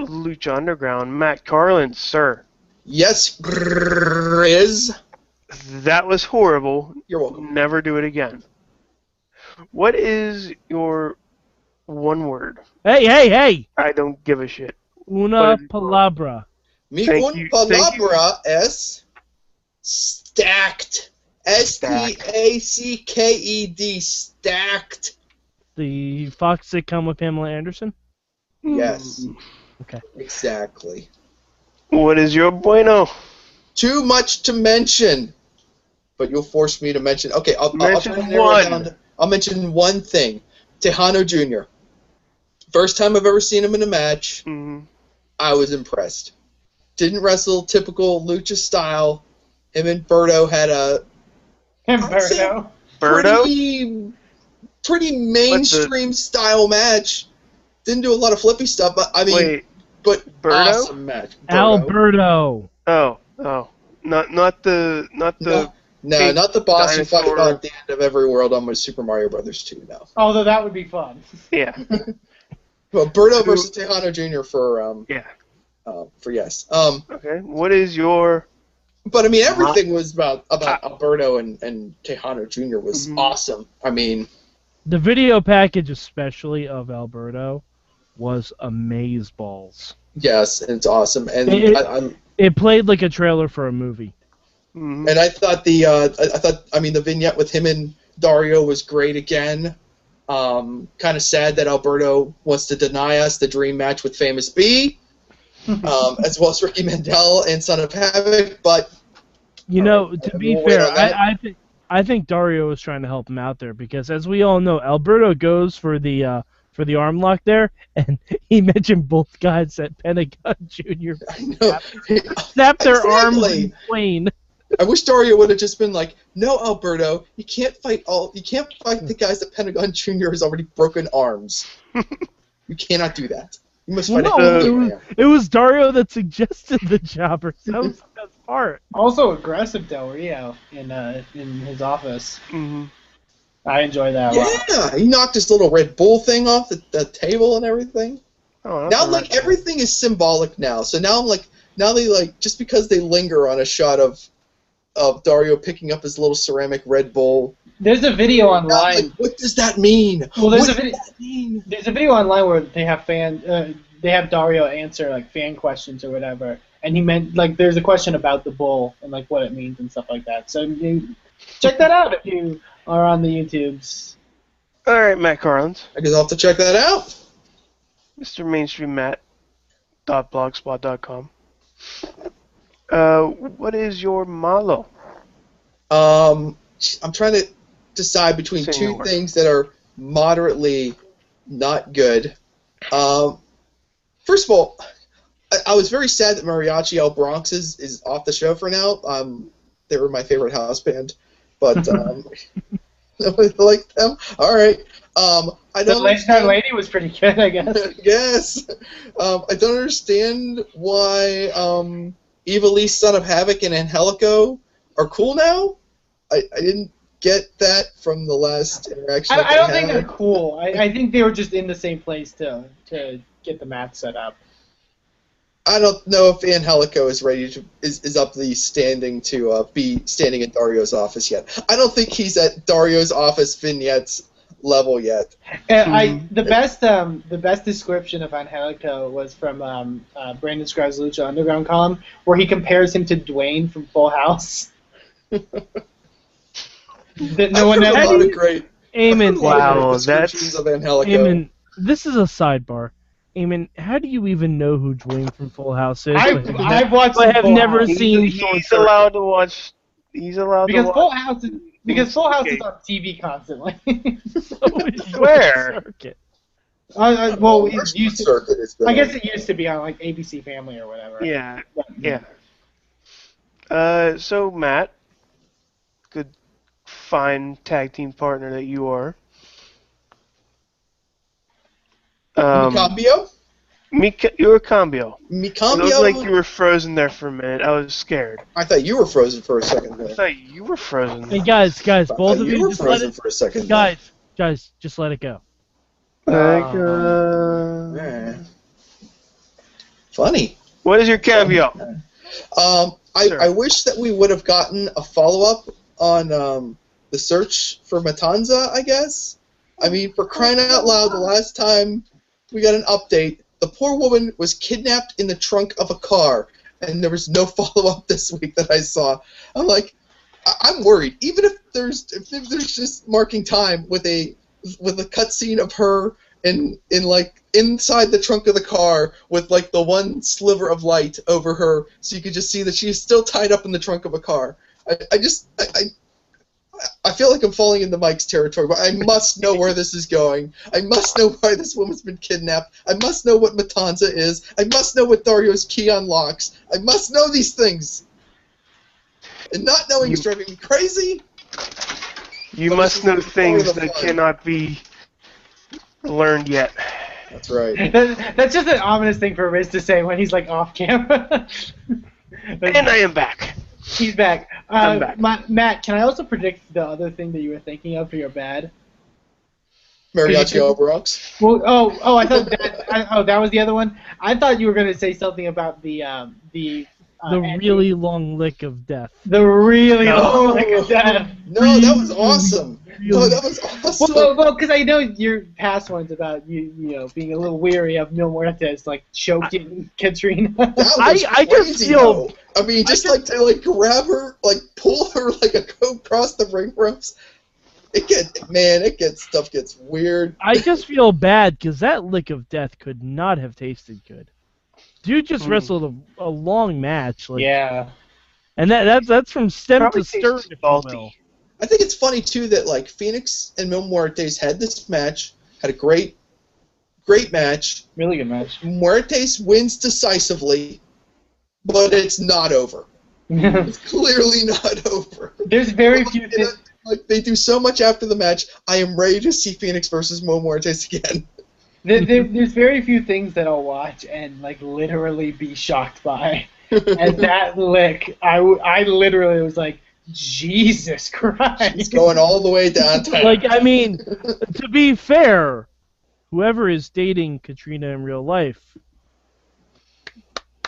B: Lucha Underground. Matt Carlin, sir.
C: Yes, Grizz.
B: That was horrible.
C: You're welcome.
B: Never do it again. What is your one word?
D: hey, hey, hey.
B: I don't give a shit.
D: Una
B: What is it?
D: palabra.
C: Mi
B: Thank
C: un
B: you, thank you.
C: palabra es stacked. S T A C K E D stacked.
D: The Fox sitcom with Pamela Anderson.
C: Yes.
D: Okay.
C: Exactly.
B: What is your bueno?
C: Too much to mention, but you'll force me to mention. Okay, I'll, I'll-
B: Mention
C: I'll, try and narrow it
B: one.
C: down. I'll mention one thing. Tejano Jr. First time I've ever seen him in a match.
B: Mm,
C: I was impressed. Didn't wrestle typical lucha style. Him and Berto had a
A: Humberto.
B: Birdo?
C: pretty, pretty mainstream style match. Didn't do a lot of flippy stuff, but I mean,
B: Wait,
C: but
B: Birdo?
C: awesome match. Birdo.
D: Alberto.
B: Oh, oh, not not the not the.
C: No, no, not the boss who
B: Dinosaur.
C: fucked on at the end of every world on my Super Mario Brothers 2. No,
A: Although that would be fun.
B: Yeah,
C: well, Birdo
B: Who-
C: versus Tejano Jr. for um
B: yeah.
C: uh, for yes. Um,
B: Okay. What is your?
C: but I mean, everything was about about Alberto and and Tejano Jr. was
D: Mm-hmm.
B: Mhm.
C: awesome. I mean,
D: The video package, especially of Alberto, was amazeballs.
C: yes, it's awesome, and
D: It-
C: I, I'm.
D: It played like a trailer for a movie.
B: Mm,
C: And I thought the uh, I, I thought I mean the vignette with him and Dario was great again. Um, kind of sad that Alberto wants to deny us the dream match with Famous B, um, as well as Ricky Mandel and Son of Havoc. But
D: You
C: All
D: know,
C: right,
D: to
C: uh,
D: be
C: we'll wait
D: fair,
C: on that.
D: I, I think I think Dario is trying to help him out there because, as we all know, Alberto goes for the uh, for the arm lock there, and he mentioned both guys at Pentagon Junior
C: I know
D: snap their arms
C: Exactly.
D: in twain.
C: I wish Dario would have just been like, "No, Alberto, you can't fight all. You can't fight the guys that Pentagon Junior has already broken arms. you cannot do that. You must fight."
D: No,
C: a
D: it was, it was Dario that suggested the jobbers. That was the best part.
A: Also aggressive Del Rio in uh, in his office.
B: mhm.
A: I enjoy that a lot.
C: Yeah, he knocked his little Red Bull thing off the, the table and everything.
B: Oh, that's
C: Now,
B: all
C: like
B: right.
C: everything is symbolic now. So now I'm like, now they like just because they linger on a shot of of Dario picking up his little ceramic Red Bull.
A: There's a video
C: now I'm like,
A: online.
C: what does that mean?
A: Well, there's
C: what does
A: a video.
C: that mean?
A: There's a video online where they have fan, uh, they have Dario answer like fan questions or whatever, and he meant like there's a question about the bull and like what it means and stuff like that. So you, check that out if you are on the YouTubes.
B: All right, Matt Carlins,
C: I guess I'll have to check that out.
B: Mr. Mainstream Matt. Dot blogspot.com. Uh, what is your malo?
C: Um, I'm trying to decide between
B: Say no
C: two
B: more.
C: things that are moderately not good. Um, first of all, I, I was very sad that Mariachi El Bronx is, is off the show for now. Um, they were my favorite house band, but um, nobody liked them. All right. Um, I
A: The
C: don't.
A: Legendary
C: understand-
A: Lady was pretty good, I guess.
C: yes. Um, I don't understand why um, Evil Lee, Son of Havoc, and Angelico are cool now. I, I didn't get that from the last interaction.
A: I,
C: that
A: I don't think
C: had.
A: they're cool. I, I think they were just in the same place to to get the match set up.
C: I don't know if Angelico is ready to is, is up the standing to uh, be standing in Dario's office yet. I don't think he's at Dario's office vignettes level yet.
A: And Uh, I the best um the best description of Angelico was from um, uh, Brandon Scribes Lucha Underground column where he compares him to Dwayne from Full House. that no one
C: I've heard a lot
A: ever.
C: of great. I've heard
D: Amen.
C: a lot of
B: Wow,
C: great descriptions
B: that's-
C: of Angelico.
D: Amen. This is a sidebar. Amen. How do you even know who Dwayne from Full House is?
A: I've, I've watched.
D: I have
A: Full
D: never
A: House.
D: seen- Seeing
B: He's,
D: short
B: he's
D: circuit.
B: allowed to watch. He's allowed
A: because
B: to
A: Full
B: watch.
A: House is because Full House
B: Okay.
A: is on TV constantly.
D: So is your
B: Where?
D: circuit.
A: I, I, Uh, well, it
C: Westwood
A: used to,
C: circuit is
A: I
C: better.
A: guess it used to be on like ABC Family or whatever.
B: Yeah, yeah. Uh, so Matt, good, fine tag team partner that you are. Um,
C: Micambio?
B: Mika, you were Cambio. It
C: Micambio?
B: looked like you were frozen there for a minute. I was scared.
C: I thought you were frozen for a second
B: I
C: there.
B: thought you were frozen.
D: Hey guys, guys,
C: I
D: both
C: thought
D: of
C: you
D: you,
C: were
D: just let
C: frozen
D: it.
C: for a second there.
D: Guys, guys, just let it go.
B: Like, uh,
C: Yeah. Funny.
B: what is your cameo?
C: Um, I,
B: Sure.
C: I wish that we would have gotten a follow up on um, the search for Matanza, I guess. I mean, for crying out loud, the last time we got an update, the poor woman was kidnapped in the trunk of a car, and there was no follow up this week that I saw. I'm like, I- I'm worried. Even if there's if there's just marking time with a with a cutscene of her in in like inside the trunk of the car with like the one sliver of light over her, so you could just see that she's still tied up in the trunk of a car. I, I just I, I I feel like I'm falling into Mike's territory, but I must know where this is going. I must know why this woman's been kidnapped. I must know what Matanza is. I must know what Dario's key unlocks. I must know these things. And not knowing is driving me crazy.
B: You
C: But
B: must
C: this
B: know
C: is the
B: things
C: part of the
B: that
C: fun.
B: cannot be learned yet.
C: That's right.
A: That, that's just an ominous thing for Riz to say when he's like off camera.
B: And I am back.
A: he's back. Uh,
B: I'm back.
A: Ma- Matt, can I also predict the other thing that you were thinking of for your bad?
C: Mariachi Overox.
A: Well, oh, oh, I thought that. I, oh, that was the other one. I thought you were gonna say something about the um, the uh,
D: The
A: ending-
D: really long lick of death.
A: the really
B: No.
A: long like a death.
C: No, that was awesome. No, that was awesome.
A: Well, well, because I know your past ones about you, you know, being a little weary of Mil Muertes, like choking Katrina.
C: That was
D: I- I just
C: crazy,
D: feel-
C: though. I mean, just like to like grab her, like pull her like a coat across the ring ropes. It get man, it gets stuff gets weird.
D: I just feel bad because that lick of death could not have tasted good. Dude just
C: Hmm.
B: Mm.
D: wrestled a, a long match, like,
A: yeah.
D: and that, that that's from stem
B: Probably
D: to stern.
B: tastes
D: if you
B: salty.
D: will.
C: I think it's funny too that like Phoenix and Mil Muertes had this match, had a great, great match.
A: Really good match.
C: Muertes wins decisively, but it's not over. It's clearly not over.
A: There's very few.
C: And,
A: Thi-
C: uh, like they do so much after the match. I am ready to see Phoenix versus Mil Muertes again.
A: there, there, there's very few things that I'll watch and like literally be shocked by. And that lick, I, w- I literally was like, Jesus Christ.
C: He's going all the way down to
D: Like, I mean, to be fair, whoever is dating Katrina in real life.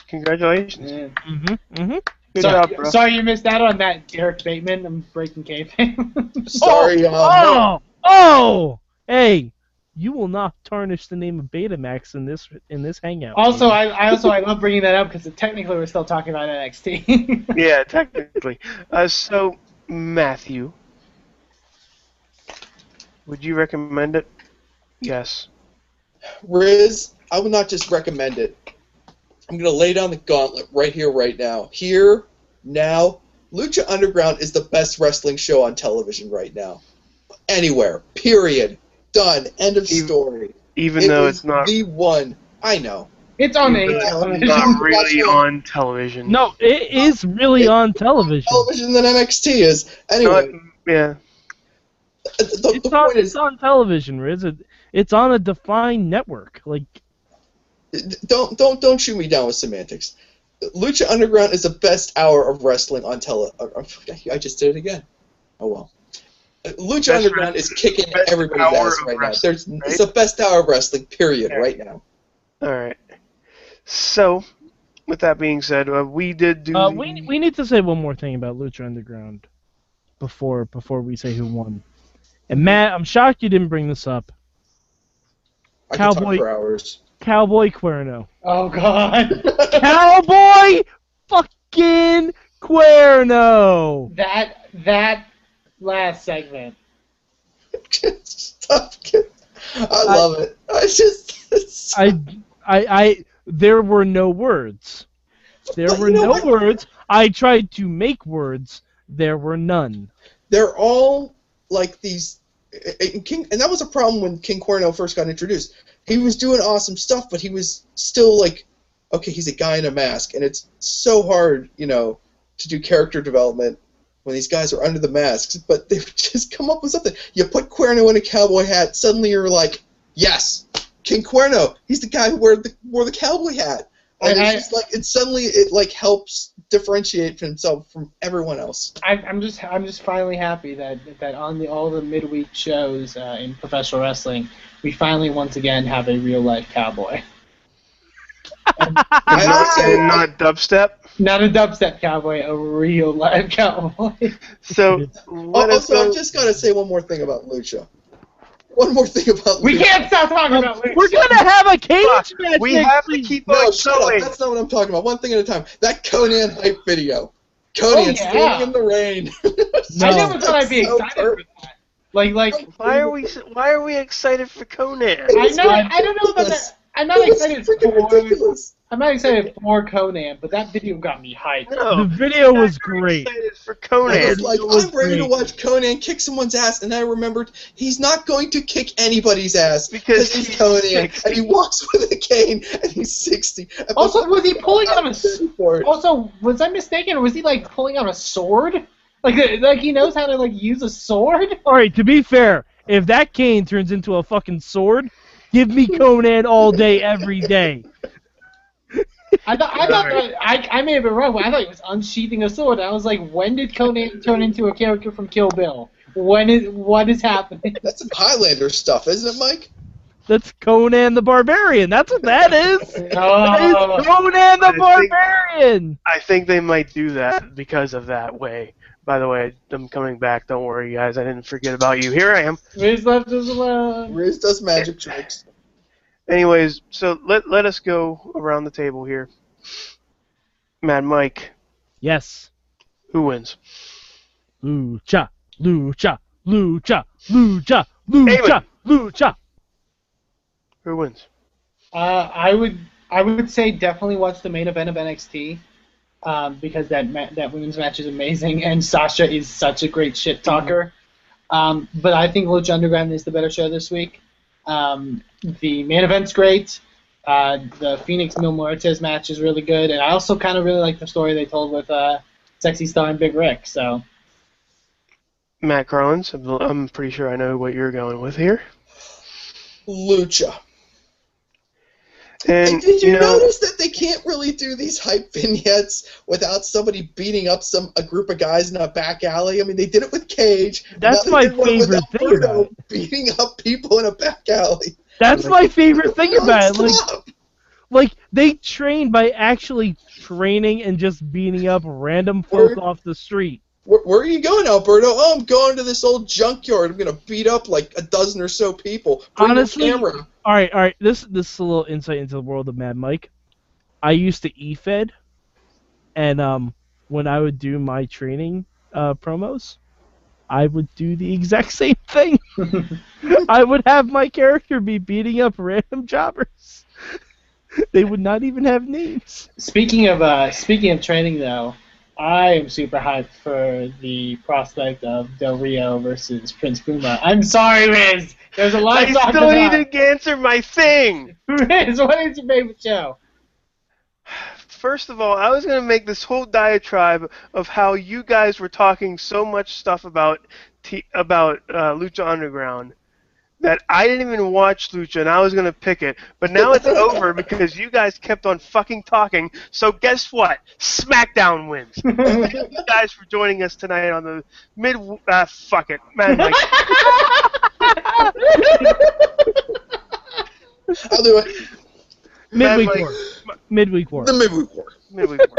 B: Congratulations.
A: Yeah.
D: Mm-hmm. Mm-hmm.
B: Good
A: sorry,
B: job, bro.
A: sorry you missed out on that, Derek Bateman. I'm breaking kayfabe.
C: Sorry, um,
D: Oh, oh, hey, you will not tarnish the name of Betamax in this in this hangout.
A: also, I, I also I love bringing that up because technically we're still talking about NXT.
B: Yeah, technically. Uh, so, Matthew, would you recommend it? Yes.
C: Riz, I would not just recommend it. I'm going to lay down the gauntlet right here, right now. Here, now, Lucha Underground is the best wrestling show on television right now. Anywhere. Period. Done. End of
B: Even-
C: story.
B: Even
C: It
B: though
C: is
B: it's not,
C: the one. I know.
A: it's on
B: even though
A: A
B: it's
A: television.
B: not really on television.
D: no, it is really on television.
C: Television than NXT is.
B: Not-
C: Anyway,
B: yeah.
C: the, the
D: It's on,
C: point
D: it's
C: is,
D: on television, Riz. It, it's on a defined network. Like,
C: don't don't don't shoot me down with semantics. Lucha Underground is the best hour of wrestling on tele. uh, uh, I just did it again. Oh well. Lucha
B: Best
C: Underground
B: wrestling-
C: is kicking
B: best
C: everybody's
B: hour
C: ass
B: of
C: right now.
B: wrestling,
C: There's,
B: right?
C: It's the best hour of wrestling, period,
B: Yeah.
C: right now.
B: All right. So, with that being said, uh, we did do.
D: uh,
B: the-
D: we we need to say one more thing about Lucha Underground before before we say who won. And Matt, I'm shocked you didn't bring this up.
C: I can talk
D: Cowboy-
C: for hours.
D: Cowboy Cuerno.
A: Oh God,
D: Cowboy fucking Cuerno.
A: that that last segment.
C: Stop. I love it. I just. it's-
D: I, I, I, there were no words. There
C: But
D: were
C: you know
D: no
C: what?
D: words. I tried to make words. There were none.
C: They're all like these and King, and that was a problem when King Cornell first got introduced. He was doing awesome stuff, but he was still like, okay, he's a guy in a mask, and it's so hard, you know, to do character development when these guys are under the masks. But they would just come up with something. You put Cuerno in a cowboy hat, suddenly you're like, yes, King Cuerno. He's the guy who wore the wore the cowboy hat, and
A: And I-
C: it's just like it suddenly it like helps differentiate himself from everyone else.
A: I, I'm just I'm just finally happy that that on the all the midweek shows uh, in professional wrestling, we finally once again have a real life cowboy.
C: I
B: And not,
C: also-
B: and not dubstep.
A: Not a dubstep cowboy, a real life cowboy.
B: So let us
C: also,
B: know.
C: I've Oh, just got to say one more thing about Lucha. One more thing about
A: we
C: Lucha.
A: can't stop talking about Luke.
D: We're gonna have a cage
B: Fuck,
D: match
B: we
D: next
B: have to
D: week.
B: keep
C: No,
B: on
C: shut up.
B: going.
C: That's not what I'm talking about. One thing at a time. That Conan hype video. Conan
A: Oh, yeah.
C: standing in the rain.
A: I
D: No.
A: never thought I'd be
C: So
A: excited for that. Like like
B: Why are we? so- Why are we excited for Conan?
A: I
C: It's
A: know I don't know about
C: ridiculous.
A: that. I'm not
C: It was
A: excited
C: freaking
A: for
C: ridiculous.
A: I'm not excited for Conan, but that video got me hyped.
D: The
B: No,
D: video
B: I'm
D: was
B: very
D: great.
B: Excited for
C: I
B: Conan.
C: was like,
D: was
C: I'm ready to
D: great.
C: watch Conan kick someone's ass, and I remembered he's not going to kick anybody's ass
B: Because
C: he's
B: he's
C: Conan,
B: 60.
C: and he walks with a cane, and he's 60. And
A: Also, was he pulling out a Oh. s-
C: I'm for it.
A: Also, was I mistaken, or was he like pulling out a sword? Like, uh, like he knows how to like use a sword.
D: All right, to be fair, if that cane turns into a fucking sword, give me Conan all day, every day.
A: I thought I thought
B: Right.
A: that, I, I may have been wrong, but I thought he was unsheathing a sword. I was like, when did Conan turn into a character from Kill Bill? When is what is happening?
C: That's some Highlander stuff, isn't it, Mike?
D: That's Conan the Barbarian. That's what that is. That is
A: Oh,
D: Conan
B: I
D: the
B: think-
D: Barbarian.
B: I think they might do that because of that way. By the way, I'm coming back. Don't worry, guys. I didn't forget about you. Here I am.
A: Riz left us alone.
C: Riz does magic tricks.
B: Anyways, so let let us go around the table here. Mad Mike,
D: Yes.
B: who wins?
D: Lucha, lucha, lucha, lucha, lucha,
B: Damon.
D: lucha.
B: Who wins?
A: Uh, I would I would say definitely watch the main event of NXT. Um, because that ma- that women's match is amazing, and Sasha is such a great shit talker. Um, but I think Lucha Underground is the better show this week. Um, the main event's great. Uh, the Phoenix Mil Muertes match is really good, and I also kind of really like the story they told with uh, Sexy Star and Big Rick. So
B: Matt Collins. I'm, I'm pretty sure I know what you're going with here.
C: Lucha.
B: And
C: And did you,
B: know,
C: notice that they can't really do these hype vignettes without somebody beating up some a group of guys in a back alley? I mean, they did it with Cage.
D: That's
C: Now
D: my
C: they did one with
D: favorite thing about
C: Alberto beating up people in a back alley.
D: That's my favorite thing about it. Like,
C: Stop.
D: like they train by actually training and just beating up random folk
C: Or-
D: off the street.
C: Where, where are you going, Alberto? Oh, I'm going to this old junkyard. I'm gonna beat up like a dozen or so people. Bring
D: Honestly,
C: your camera.
D: All right, all right. This this is a little insight into the world of Mad Mike. I used to e fed, and um, when I would do my training uh, promos, I would do the exact same thing. I would have my character be beating up random jobbers. they would not even have names.
A: speaking of uh, speaking of training though, I am super hyped for the prospect of Del Rio versus Prince Puma. I'm sorry, Riz. There's a lot.
B: I
A: of talk
B: still
A: about.
B: need to answer my thing.
A: Riz, what is your favorite show?
B: First of all, I was going to make this whole diatribe of how you guys were talking so much stuff about t- about uh, Lucha Underground that I didn't even watch Lucha and I was going to pick it. But now it's over because you guys kept on fucking talking. So guess what? SmackDown wins. Thank you guys for joining us tonight on the mid uh, fuck it. Man, like,
C: I'll do it.
D: Midweek
B: Mike-
D: war. Midweek war.
C: The midweek war.
B: midweek war.